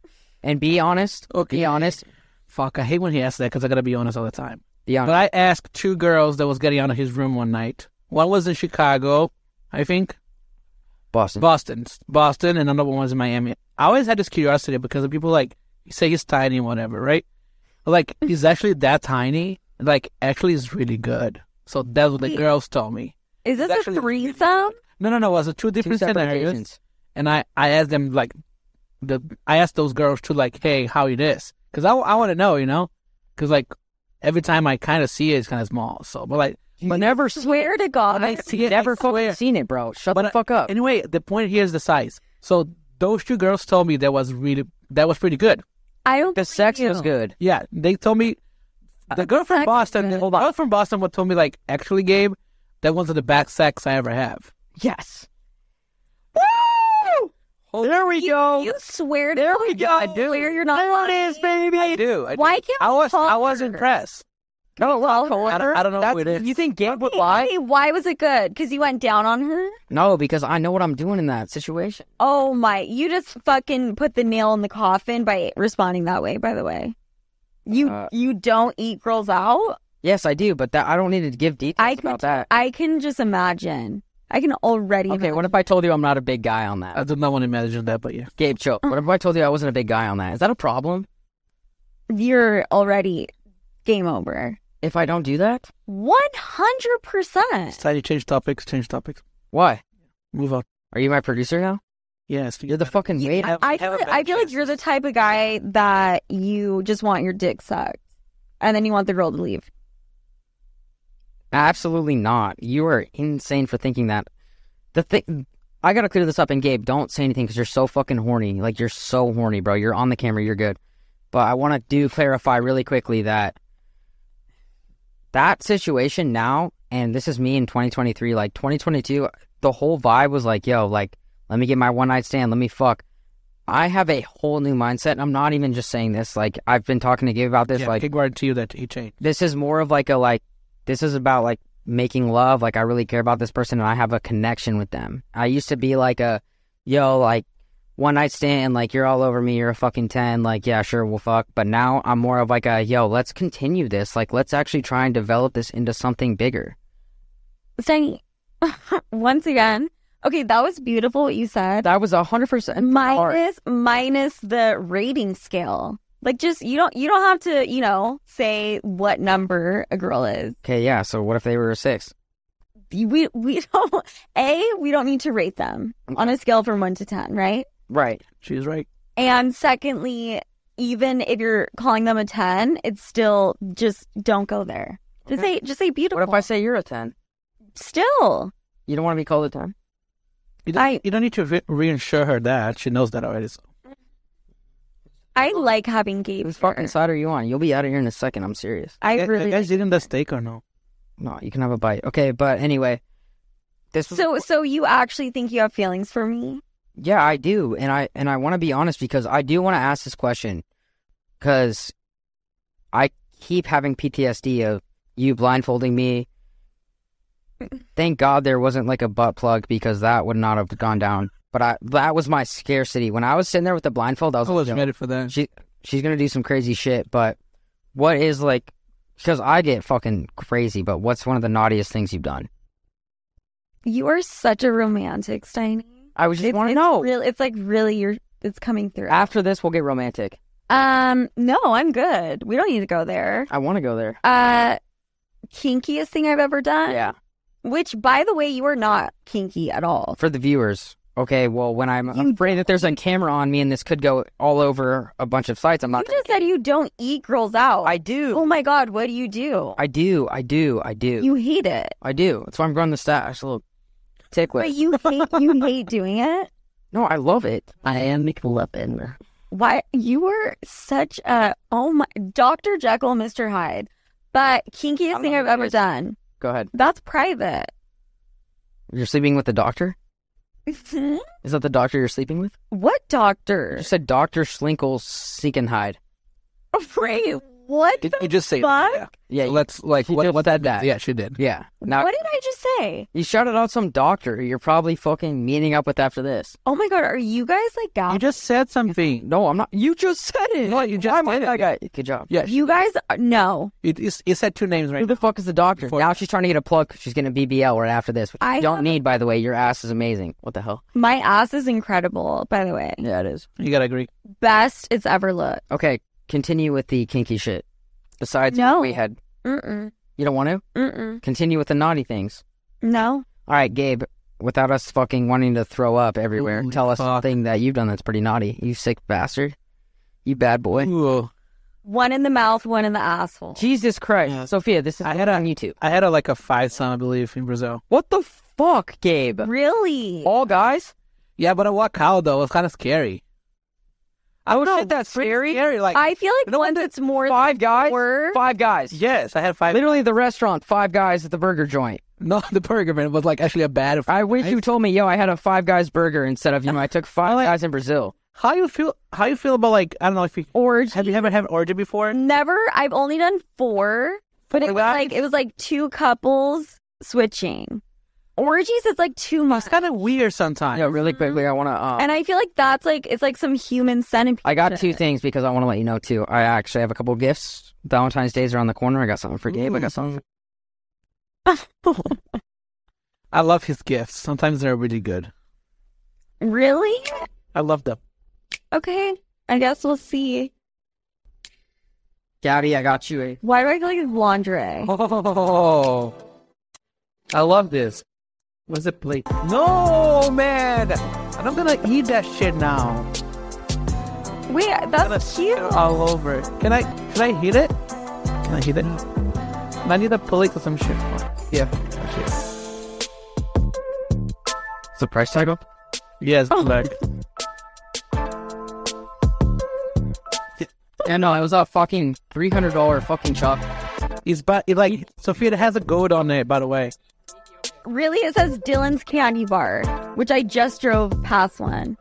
S1: And be honest.
S2: Okay.
S1: Be honest.
S2: Fuck, I hate when he asks that because I gotta be honest all the time.
S1: Be honest.
S2: But I asked two girls that was getting out of his room one night. One was in Chicago, I think.
S1: Boston.
S2: Boston. Boston, and another one was in Miami. I always had this curiosity because the people like you say he's tiny and whatever, right? But, like he's actually that tiny. Like actually is really good. So that's what the
S3: Wait.
S2: girls told me.
S3: Is this
S2: Actually-
S3: a threesome?
S2: No no no, it was two
S1: two
S2: different
S1: separate
S2: scenarios.
S1: occasions.
S2: And I, I asked them like the I asked those girls to like, hey, how it is? Because I, I want to know, you know? Because like every time I kind of see it, it's kind of small. So but like
S1: You never
S3: Swear to God, I
S2: see it,
S1: never
S2: I
S1: fucking
S2: swear.
S1: seen it, bro. Shut the
S2: But, uh,
S1: fuck up.
S2: Anyway, the point here is the size. So those two girls told me that was really that was pretty good.
S3: I don't.
S1: The sex
S3: believe
S1: was
S3: you.
S1: good.
S2: Yeah, they told me the girl from
S3: sex
S2: Boston.
S3: good.
S2: The girl from Boston what told me like actually, Gabe, that one's of the back sex I ever have.
S1: Yes.
S2: there we go.
S3: You swear to
S2: There
S3: God,
S2: we go.
S3: I swear you're not. lying.
S2: baby. I do. I do.
S3: Why can't
S2: I
S3: we
S2: was?
S3: call
S2: I was
S3: her?
S2: impressed.
S1: No, well,
S2: I don't- I don't know
S1: that's-
S2: what it is.
S1: You think Gabe would
S3: Hey,
S1: lie?
S3: why was it good? Because you went down on her.
S1: No, because I know what I'm doing in that situation.
S3: Oh my! You just fucking put the nail in the coffin by responding that way. By the way, you
S1: Uh,
S3: you don't eat girls out.
S1: Yes, I do, but that I don't need to give details
S3: I
S1: about
S3: could,
S1: that.
S3: I can just imagine. I can already.
S1: okay, what if I told you I'm not a big guy on that?
S2: I did not want to imagine that, but yeah.
S1: Gabe Choke. What if I told you I wasn't a big guy on that? Is that a problem?
S3: you're already game over.
S1: If I don't do that,
S3: One hundred percent.
S2: Slightly change topics. Change topics.
S1: why?
S2: Move on.
S1: Are you my producer now?
S2: Yes.
S1: You're the fucking waiter.
S2: have-
S3: I
S2: have
S3: feel,
S2: a
S3: I feel like
S2: better
S3: you're the
S2: chance.
S3: type of guy that you just want your dick sucked, and then you want the girl to leave.
S1: Absolutely not. You are insane for thinking that. The thing, I gotta clear this up. And Gabe, don't say anything because you're so fucking horny. Like you're so horny, bro. You're on the camera. You're good. But I want to do clarify really quickly that that situation now, and this is me in 2023. Like 2022, the whole vibe was like, yo, like let me get my one night stand. Let me fuck. I have a whole new mindset. And I'm not even just saying this. Like I've been talking to Gabe about this.
S2: Yeah, I
S1: like
S2: can guarantee you that he changed.
S1: this is more of like a like this is about like making love like i really care about this person and i have a connection with them i used to be like a yo like one night stand like you're all over me you're a fucking 10 like yeah sure we'll fuck but now i'm more of like a yo let's continue this like let's actually try and develop this into something bigger
S3: Steiny, once again. Okay, that was beautiful what you said.
S1: that was 100%
S3: Minus minus the rating scale. Like just you don't you don't have to, you know, say what number a girl is.
S1: Okay, yeah. So what if they were a six?
S3: We we don't A, we don't need to rate them on a scale from 1 to 10, right?
S1: Right.
S2: She's right.
S3: And secondly, even if you're calling them a 10, it's still just don't go there. Just
S1: Okay.
S3: say just say beautiful.
S1: What if I say you're a ten?
S3: still
S1: You don't want to be called a ten.
S2: You don't,
S3: I-
S2: you don't need to re- reassure her that. She knows that already. So.
S3: I like having gay
S1: Whose
S3: beer.
S1: fucking side are you on? You'll be out of here in a second. I'm serious.
S3: I
S2: You-
S3: really
S2: you guys eating the steak or no?
S1: No, you can have a bite. Okay, but anyway, this was
S3: So so you actually think you have feelings for me?
S1: Yeah, I do, and I and I want to be honest because I do want to ask this question because I keep having PTSD of you blindfolding me. Thank God there wasn't like a butt plug because that would not have gone down. But I that was my scarcity when I was sitting there with the blindfold. I was
S2: I was
S1: like, "Yo,
S2: ready for that.
S1: she she's gonna do some crazy shit. But what is like? Because I get fucking crazy. But what's one of the naughtiest things you've done?
S3: You are such a romantic, Steiny.
S1: I was just
S3: It's-
S1: want to
S3: it's
S1: know.
S3: real- it's like really you're it's coming through.
S1: After this, we'll get romantic.
S3: Um no, I'm good. We don't need to go there.
S1: I want to go there.
S3: Uh kinkiest thing I've ever done.
S1: Yeah.
S3: Which by the way, you are not kinky at all.
S1: for the viewers. Okay, well, when I'm
S3: You-
S1: afraid that there's a camera on me and this could go all over a bunch of sites, I'm
S3: You
S1: not.
S3: just said you don't eat girls out.
S1: I do.
S3: Oh my god, what do you do?
S1: I do. I do. I do.
S3: You hate it.
S1: I do. That's why I'm growing the stash. A little ticklet.
S3: But you hate you hate doing it.
S1: no, I love it.
S5: I am McLovin.
S3: why you were such a oh my Dr. Jekyll, Mr. Hyde. But kinkiest
S1: I'm
S3: thing
S1: not
S3: I've ever
S1: embarrassed.
S3: done.
S1: Go ahead.
S3: That's private.
S1: You're sleeping with the doctor? Is that the doctor you're sleeping with?
S3: what
S1: You
S3: doctor?
S1: said Doctor Schlinkel Seekenhide.
S3: Wait, what?
S2: Did
S3: the-
S2: you just say
S3: fuck?
S2: that?
S1: Yeah.
S2: Yeah. Let's like
S1: She
S2: what,
S1: just
S2: what
S1: said that.
S2: Yeah, she did.
S1: yeah. Now
S3: what did I just say?
S1: you shouted out some doctor. You're probably fucking meeting up with after this.
S3: Oh my god, are you guys like
S2: You
S3: gossip?
S2: just said something.
S1: No, I'm not. You just said it.
S2: No, you just
S1: Why am I
S2: said
S1: that
S2: it.
S1: guy? Good job.
S2: Yeah,
S3: You guys are- no.
S2: it, it's- it said two names
S1: Who
S2: right.
S1: the fuck is the doctor?
S2: Before-
S1: Now she's trying to get a plug. She's getting a BBL right after this. Which
S3: I
S1: you don't
S3: have-
S1: need, by the way. Your ass is amazing. What the hell?
S3: My ass is incredible, by the way.
S1: Yeah, it is.
S2: You gotta agree.
S3: Best it's ever looked.
S1: Okay, continue with the kinky shit. Besides
S3: No.
S1: what we had.
S3: Mm-mm.
S1: You don't want to?
S3: Mm-mm.
S1: Continue with the naughty things.
S3: No.
S1: All right, Gabe, without us fucking wanting to throw up everywhere,
S2: Holy
S1: tell us
S2: fuck.
S1: something that you've done that's pretty naughty. You sick bastard. You bad boy.
S2: Ooh,
S3: One in the mouth, one in the asshole.
S1: Jesus Christ.
S2: Yeah.
S1: Sophia, this is
S2: I had a-
S1: on YouTube.
S2: I had a, like a foursome, I believe, in Brazil.
S1: What the fuck, Gabe?
S3: Really?
S1: All guys?
S2: Yeah, but I walked out though. It was kind of scary. I was
S1: No,
S2: shit, that's
S1: pretty
S2: scary.
S1: scary.
S2: Like
S3: I feel like
S2: No,
S3: once
S2: but
S3: it's more than
S1: Five guys?
S3: four.
S1: Five guys.
S2: yes, I had five.
S1: Literally the restaurant, five guys at the burger joint.
S2: No, the burger man was like actually a bad.
S1: I wish you told me, yo, I had a Five Guys burger instead of you. know, I took Five
S2: like-
S1: Guys in Brazil.
S2: How you feel? How you feel about like I don't know if you
S1: Orgy.
S2: have you ever had an orgy before?
S3: Never. I've only done four, but it
S2: Four
S3: was
S2: guys?
S3: like it was like two couples switching. Orgies is like two months,
S2: It's kind of weird sometimes.
S1: Yeah, really quickly, I want to. Um,
S3: and I feel like that's like it's like some human centipede.
S1: I got two
S3: shit.
S1: things because I want to let you know too. I actually have a couple gifts. Valentine's Day's around the corner. I got something for Gabe. I got something.
S2: I love his gifts. Sometimes they're really good.
S3: Really?
S2: I love them.
S3: Okay. I guess we'll see.
S1: Gabby, I got you a.
S3: Why do I feel like it's lingerie?
S2: Oh, I love this. What's it plate? No, man, I'm not gonna eat that shit now.
S3: Wait,
S2: I'm gonna
S3: that's
S2: shit
S3: cute.
S2: all over. it. Can I? Can I heat it? Can I heat it? And I need a plate or some shit. Yeah. Okay.
S1: Is the price tag up?
S2: Yes, like
S1: Yeah, no, it was a fucking three hundred dollar fucking chop.
S2: it's but it like Sophia it has a gold on it. By the way,
S3: Really, it says Dylan's Candy Bar, which I just drove past one.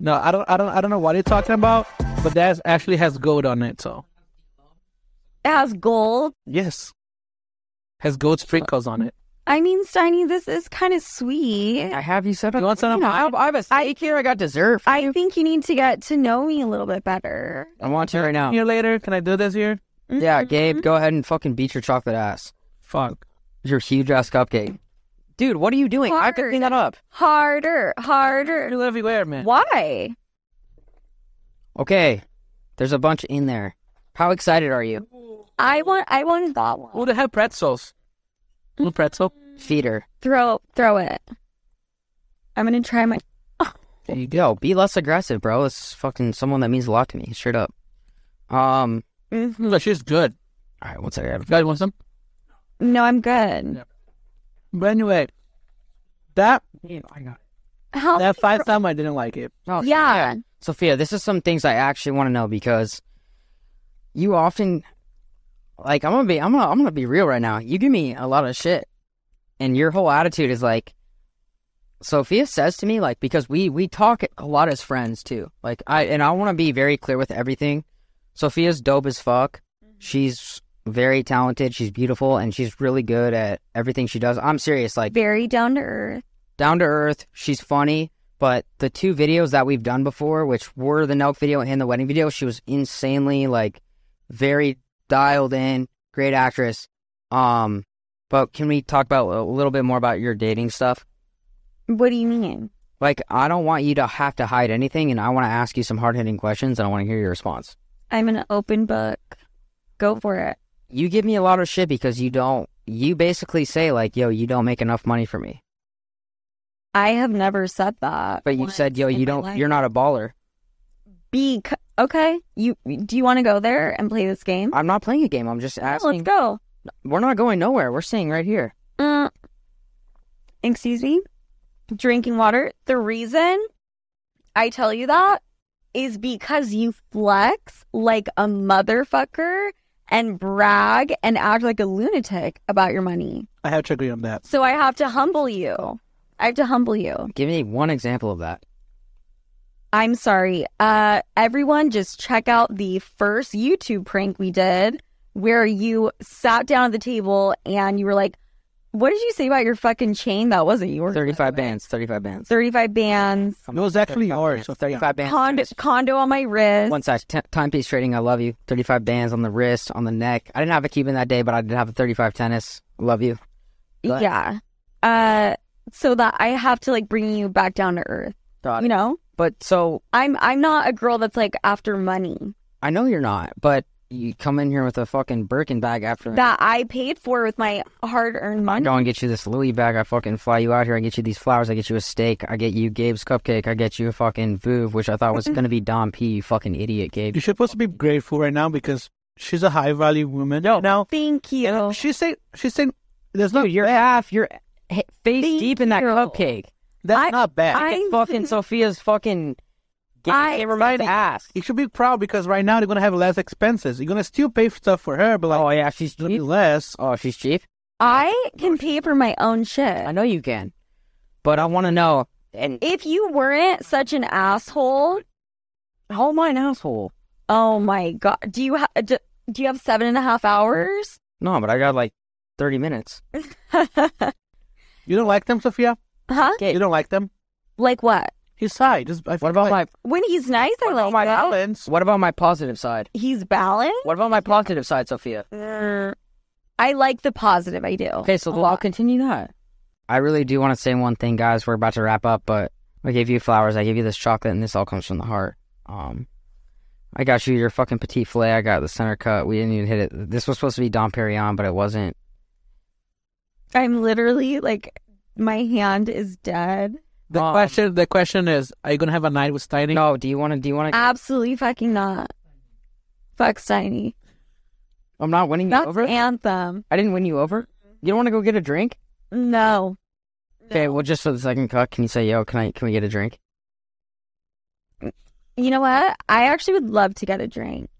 S2: no, I don't, I don't, I don't know what you're talking about, but that actually has gold on it. So
S3: It has gold.
S2: yes, has gold sprinkles on it.
S3: I mean, Steiny, this is kind of sweet.
S1: I have you set up.
S2: You want some of
S1: I have, I have a steak here. I got dessert. I,
S3: I think you need to get to know me a little bit better.
S1: want you right now.
S2: Here later, can I do this here?
S1: Yeah,
S3: Mm-hmm,
S1: Gabe, go ahead and fucking beat your chocolate ass.
S2: Fuck.
S1: Your huge ass cupcake. Dude, what are you doing? I have to
S3: Hard.
S1: clean that up.
S3: Harder,
S2: You
S3: harder.
S2: live everywhere, man.
S3: Why?
S1: Okay, There's a bunch in there. How excited are you?
S3: I want. I wanted that one.
S2: Oh, they have pretzels. Little pretzel.
S1: Feeder.
S3: Throw. Throw it. I'm gonna try my.
S1: There you go. Be less aggressive, bro. It's fucking someone that means a lot to me. Straight up. Um.
S2: Mm, But she's good.
S1: All right. One second.
S2: You guys want some?
S3: No, I'm good.
S2: But anyway, that
S3: How?
S2: that five time I didn't like it.
S1: Oh,
S3: yeah.
S1: Sophia, this is some things I actually want to know because you often, like, I'm gonna be, I'm gonna, I'm gonna be real right now. You give me a lot of shit, and your whole attitude is like, Sophia says to me, like, because we we talk a lot as friends too. Like, I and I want to be very clear with everything. Sophia's dope as fuck. She's very talented. She's beautiful, and she's really good at everything she does. I'm serious. Like,
S3: Very down to earth.
S1: down to earth. She's funny, but the two videos that we've done before, which were the Nelk video and the wedding video, she was insanely like very dialed in, great actress. Um, but can we talk about a little bit more about your dating stuff?
S3: What do you mean?
S1: Like, I don't want you to have to hide anything, and I want to ask you some hard hitting questions, and I want to hear your response.
S3: I'm an open book. Go for it.
S1: You give me a lot of shit because you don't. You basically say like, "Yo, you don't make enough money for me,"
S3: I have never said that.
S1: but you
S3: once
S1: said, "Yo,
S3: in my
S1: you don't.
S3: life.
S1: You're not a baller."
S3: Be okay. You do you want to go there and play this game?
S1: I'm not playing a game. I'm just
S3: Yeah,
S1: asking.
S3: Let's go.
S1: We're not going nowhere. We're staying right here.
S3: Mm. Excuse me. Drinking water. The reason I tell you that is because you flex like a motherfucker and brag and act like a lunatic about your money.
S2: I have to agree on that.
S3: So I have to humble you. I have to humble you.
S1: Give me one example of that.
S3: I'm sorry. Uh, everyone, just check out the first YouTube prank we did where you sat down at the table and you were like, What did you say about your fucking chain? That wasn't yours.
S1: 35 bands, 35 bands.
S3: 35 bands,
S2: It was actually yours. So
S1: 35 bands.
S3: condo, condo on my wrist.
S1: One size. T- timepiece trading, I love you. 35 bands on the wrist, on the neck. I didn't have a Cuban that day, but I did have a 35 tennis. Love you. But-
S3: Yeah. Uh, so that I have to like bring you back down to earth.
S1: Got
S3: You know,
S1: But so
S3: I'm I'm not a girl that's like after money
S1: I know you're not, but you come in here with a fucking Birkin bag after
S3: that I paid for with my hard earned
S1: I
S3: money.
S1: go and get you this Louis bag. I fucking fly you out here. I get you these flowers. I get you a steak. I get you Gabe's cupcake. I get you a fucking Vuv, which I thought was going to be Dom P. You fucking idiot, Gabe.
S2: You should supposed to be grateful right now because she's a high value woman. now
S3: Thank you.
S2: she's saying she's saying there's no
S1: Dude, you're half. You're he- face
S3: Thank
S1: deep in that
S3: you.
S1: cupcake.
S2: that's
S3: I-
S2: not bad.
S3: I-
S1: It's fucking Sophia's fucking. Game.
S3: I-
S1: it reminds ass.
S2: you should be proud because right now they're gonna have less expenses. You're gonna still pay stuff for her, but like
S1: Oh yeah, she's
S2: it's gonna be
S1: cheap.
S2: less.
S1: Oh, she's cheap.
S3: I can pay for my own
S1: I
S3: shit.
S1: know you can, but I want to know. And
S3: If you weren't such an asshole,
S1: how am I an asshole?
S3: oh my god, do you have do, do you have seven and a half hours?
S1: No, but I got like thirty minutes.
S3: huh?
S2: You don't like them, Sophia? You don't like them?
S3: Like what?
S2: He's high. Just I
S1: What about
S2: like, Oh,
S1: my
S3: When he's nice, I
S1: oh
S3: like
S2: my
S3: that.
S2: balance?
S1: What about my positive side?
S3: He's balanced.
S1: What about my positive side, Sophia?
S3: I like the positive. I do.
S1: Mm. Okay, so
S3: A
S1: I'll
S3: lot.
S1: continue that. Uh-huh. I really do want to say one thing, guys. We're about to wrap up, but I gave you flowers. I gave you this chocolate, and this all comes from the heart. Um, I got you your fucking petit filet. I got the center cut. We didn't even hit it. This was supposed to be Dom Perignon, but it wasn't.
S3: I'm literally like, my hand is dead.
S2: The
S1: Um,
S2: question the question is, are you gonna have a night with Steiny?
S1: No, do you want to? Do you want
S3: Uh,
S1: to?
S3: Absolutely fucking not. Fuck Steiny.
S1: I'm not winning you
S3: That's
S1: over.
S3: anthem.
S1: I didn't win you over. You don't want to go get a drink?
S3: No.
S1: Okay, well, just for the second cut, can you say, "Yo, can I? Can we get a drink?"
S3: You know what? I actually would love to get a drink.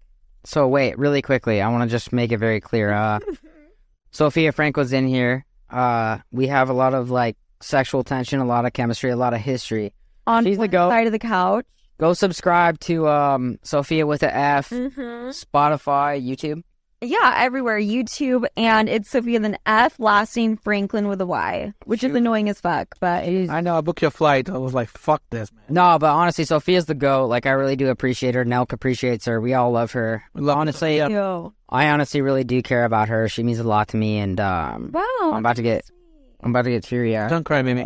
S1: So wait, really quickly, I want to just make it very clear. Uh, Sophia Frank was in here. Uh, we have a lot of like sexual tension, a lot of chemistry, a lot of history.
S3: On
S1: She's the
S3: one
S1: goat.
S3: side of the couch.
S1: Go subscribe to um Sophia with a F,
S3: Mm-hmm.
S1: Spotify, YouTube.
S3: Yeah, everywhere. YouTube and it's Sophia with an F, last name Franklin with a Y, which is
S1: Shoot.
S3: annoying as fuck, but it is.
S2: I know I booked your flight. I was like, fuck this, man.
S1: No, but honestly, Sophia's the goat. Like, I really do appreciate her. Nelk appreciates her. We all love her.
S2: We love
S1: honestly, uh,
S2: Sophia.
S3: Yo.
S1: I honestly really do care about her. She means a lot to me, and um,
S3: Wow.
S1: I'm about to get, I'm about to get teary eyed.
S2: Don't cry, baby.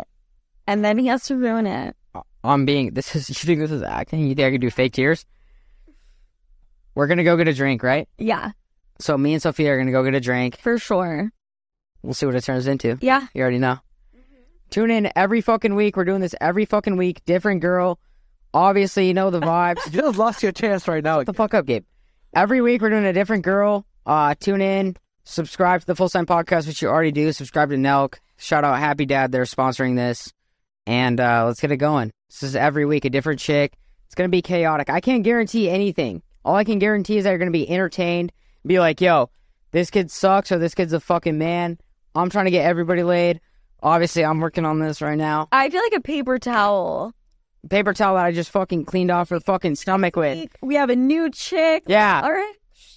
S3: And then he has to ruin it.
S1: I'm being. This is. You think this is acting? You think I could do fake tears? We're gonna go get a drink, right?
S3: Yeah,
S1: So me and Sophia are gonna go get a drink.
S3: for sure.
S1: We'll see what it turns into.
S3: Yeah.
S1: You already know. Tune in every fucking week. We're doing this every fucking week. Different girl. Obviously, you know the vibes.
S2: You just lost your chance right now.
S1: Shut the fuck up, Gabe. Every week we're doing a different girl. Uh, tune in, subscribe to the Full Sign Podcast, which you already do. Subscribe to Nelk. Shout out Happy Dad, they're sponsoring this. And uh, let's get it going. This is every week a different chick. It's gonna be chaotic. I can't guarantee anything. All I can guarantee is that you're gonna be entertained. Be like, yo, this kid sucks or this kid's a fucking man. I'm trying to get everybody laid. Obviously, I'm working on this right now.
S3: I feel like a paper towel.
S1: Paper towel that I just fucking cleaned off her fucking stomach with.
S3: We have a new chick.
S1: Yeah.
S3: All right.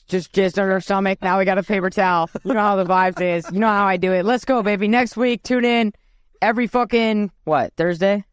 S1: just jizzed on her stomach. Now we got a paper towel. You know how the vibes is. You know how I do it. Let's go, baby. Next week, tune in every fucking what Thursday,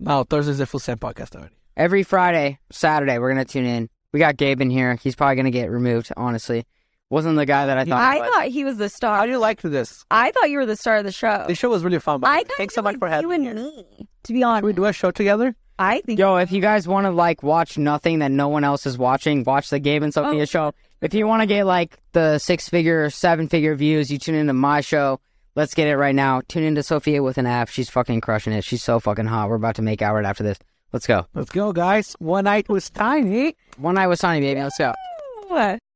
S2: No, Oh, Thursday's the full send podcast already.
S1: every Friday, Saturday. We're gonna tune in. We got Gabe in here. He's probably gonna get removed. Honestly, wasn't the guy that I thought.
S3: I
S1: he was.
S3: thought he was the
S2: Oh, How
S3: star.
S2: do you like this?
S3: I thought you were the star of the show.
S2: This show was really fun. by the
S3: I
S2: way.
S3: kinda
S2: Thanks so
S3: feel
S2: much
S3: like
S2: for having
S3: you and me. To be honest,
S2: Should we do a show together?
S3: I think
S1: Yo, if you guys want to like watch nothing that no one else is watching, watch the Gabe and Sophia
S3: Oh.
S1: show. If you want to get like the six figure, seven figure views, you tune into my show. Let's get it right now. Tune into Sophia with an app. She's fucking crushing it. She's so fucking hot. We're about to make out right after this. Let's go.
S2: Let's go, guys. One night was tiny.
S1: One night with Sonny, baby. Let's go.
S3: What?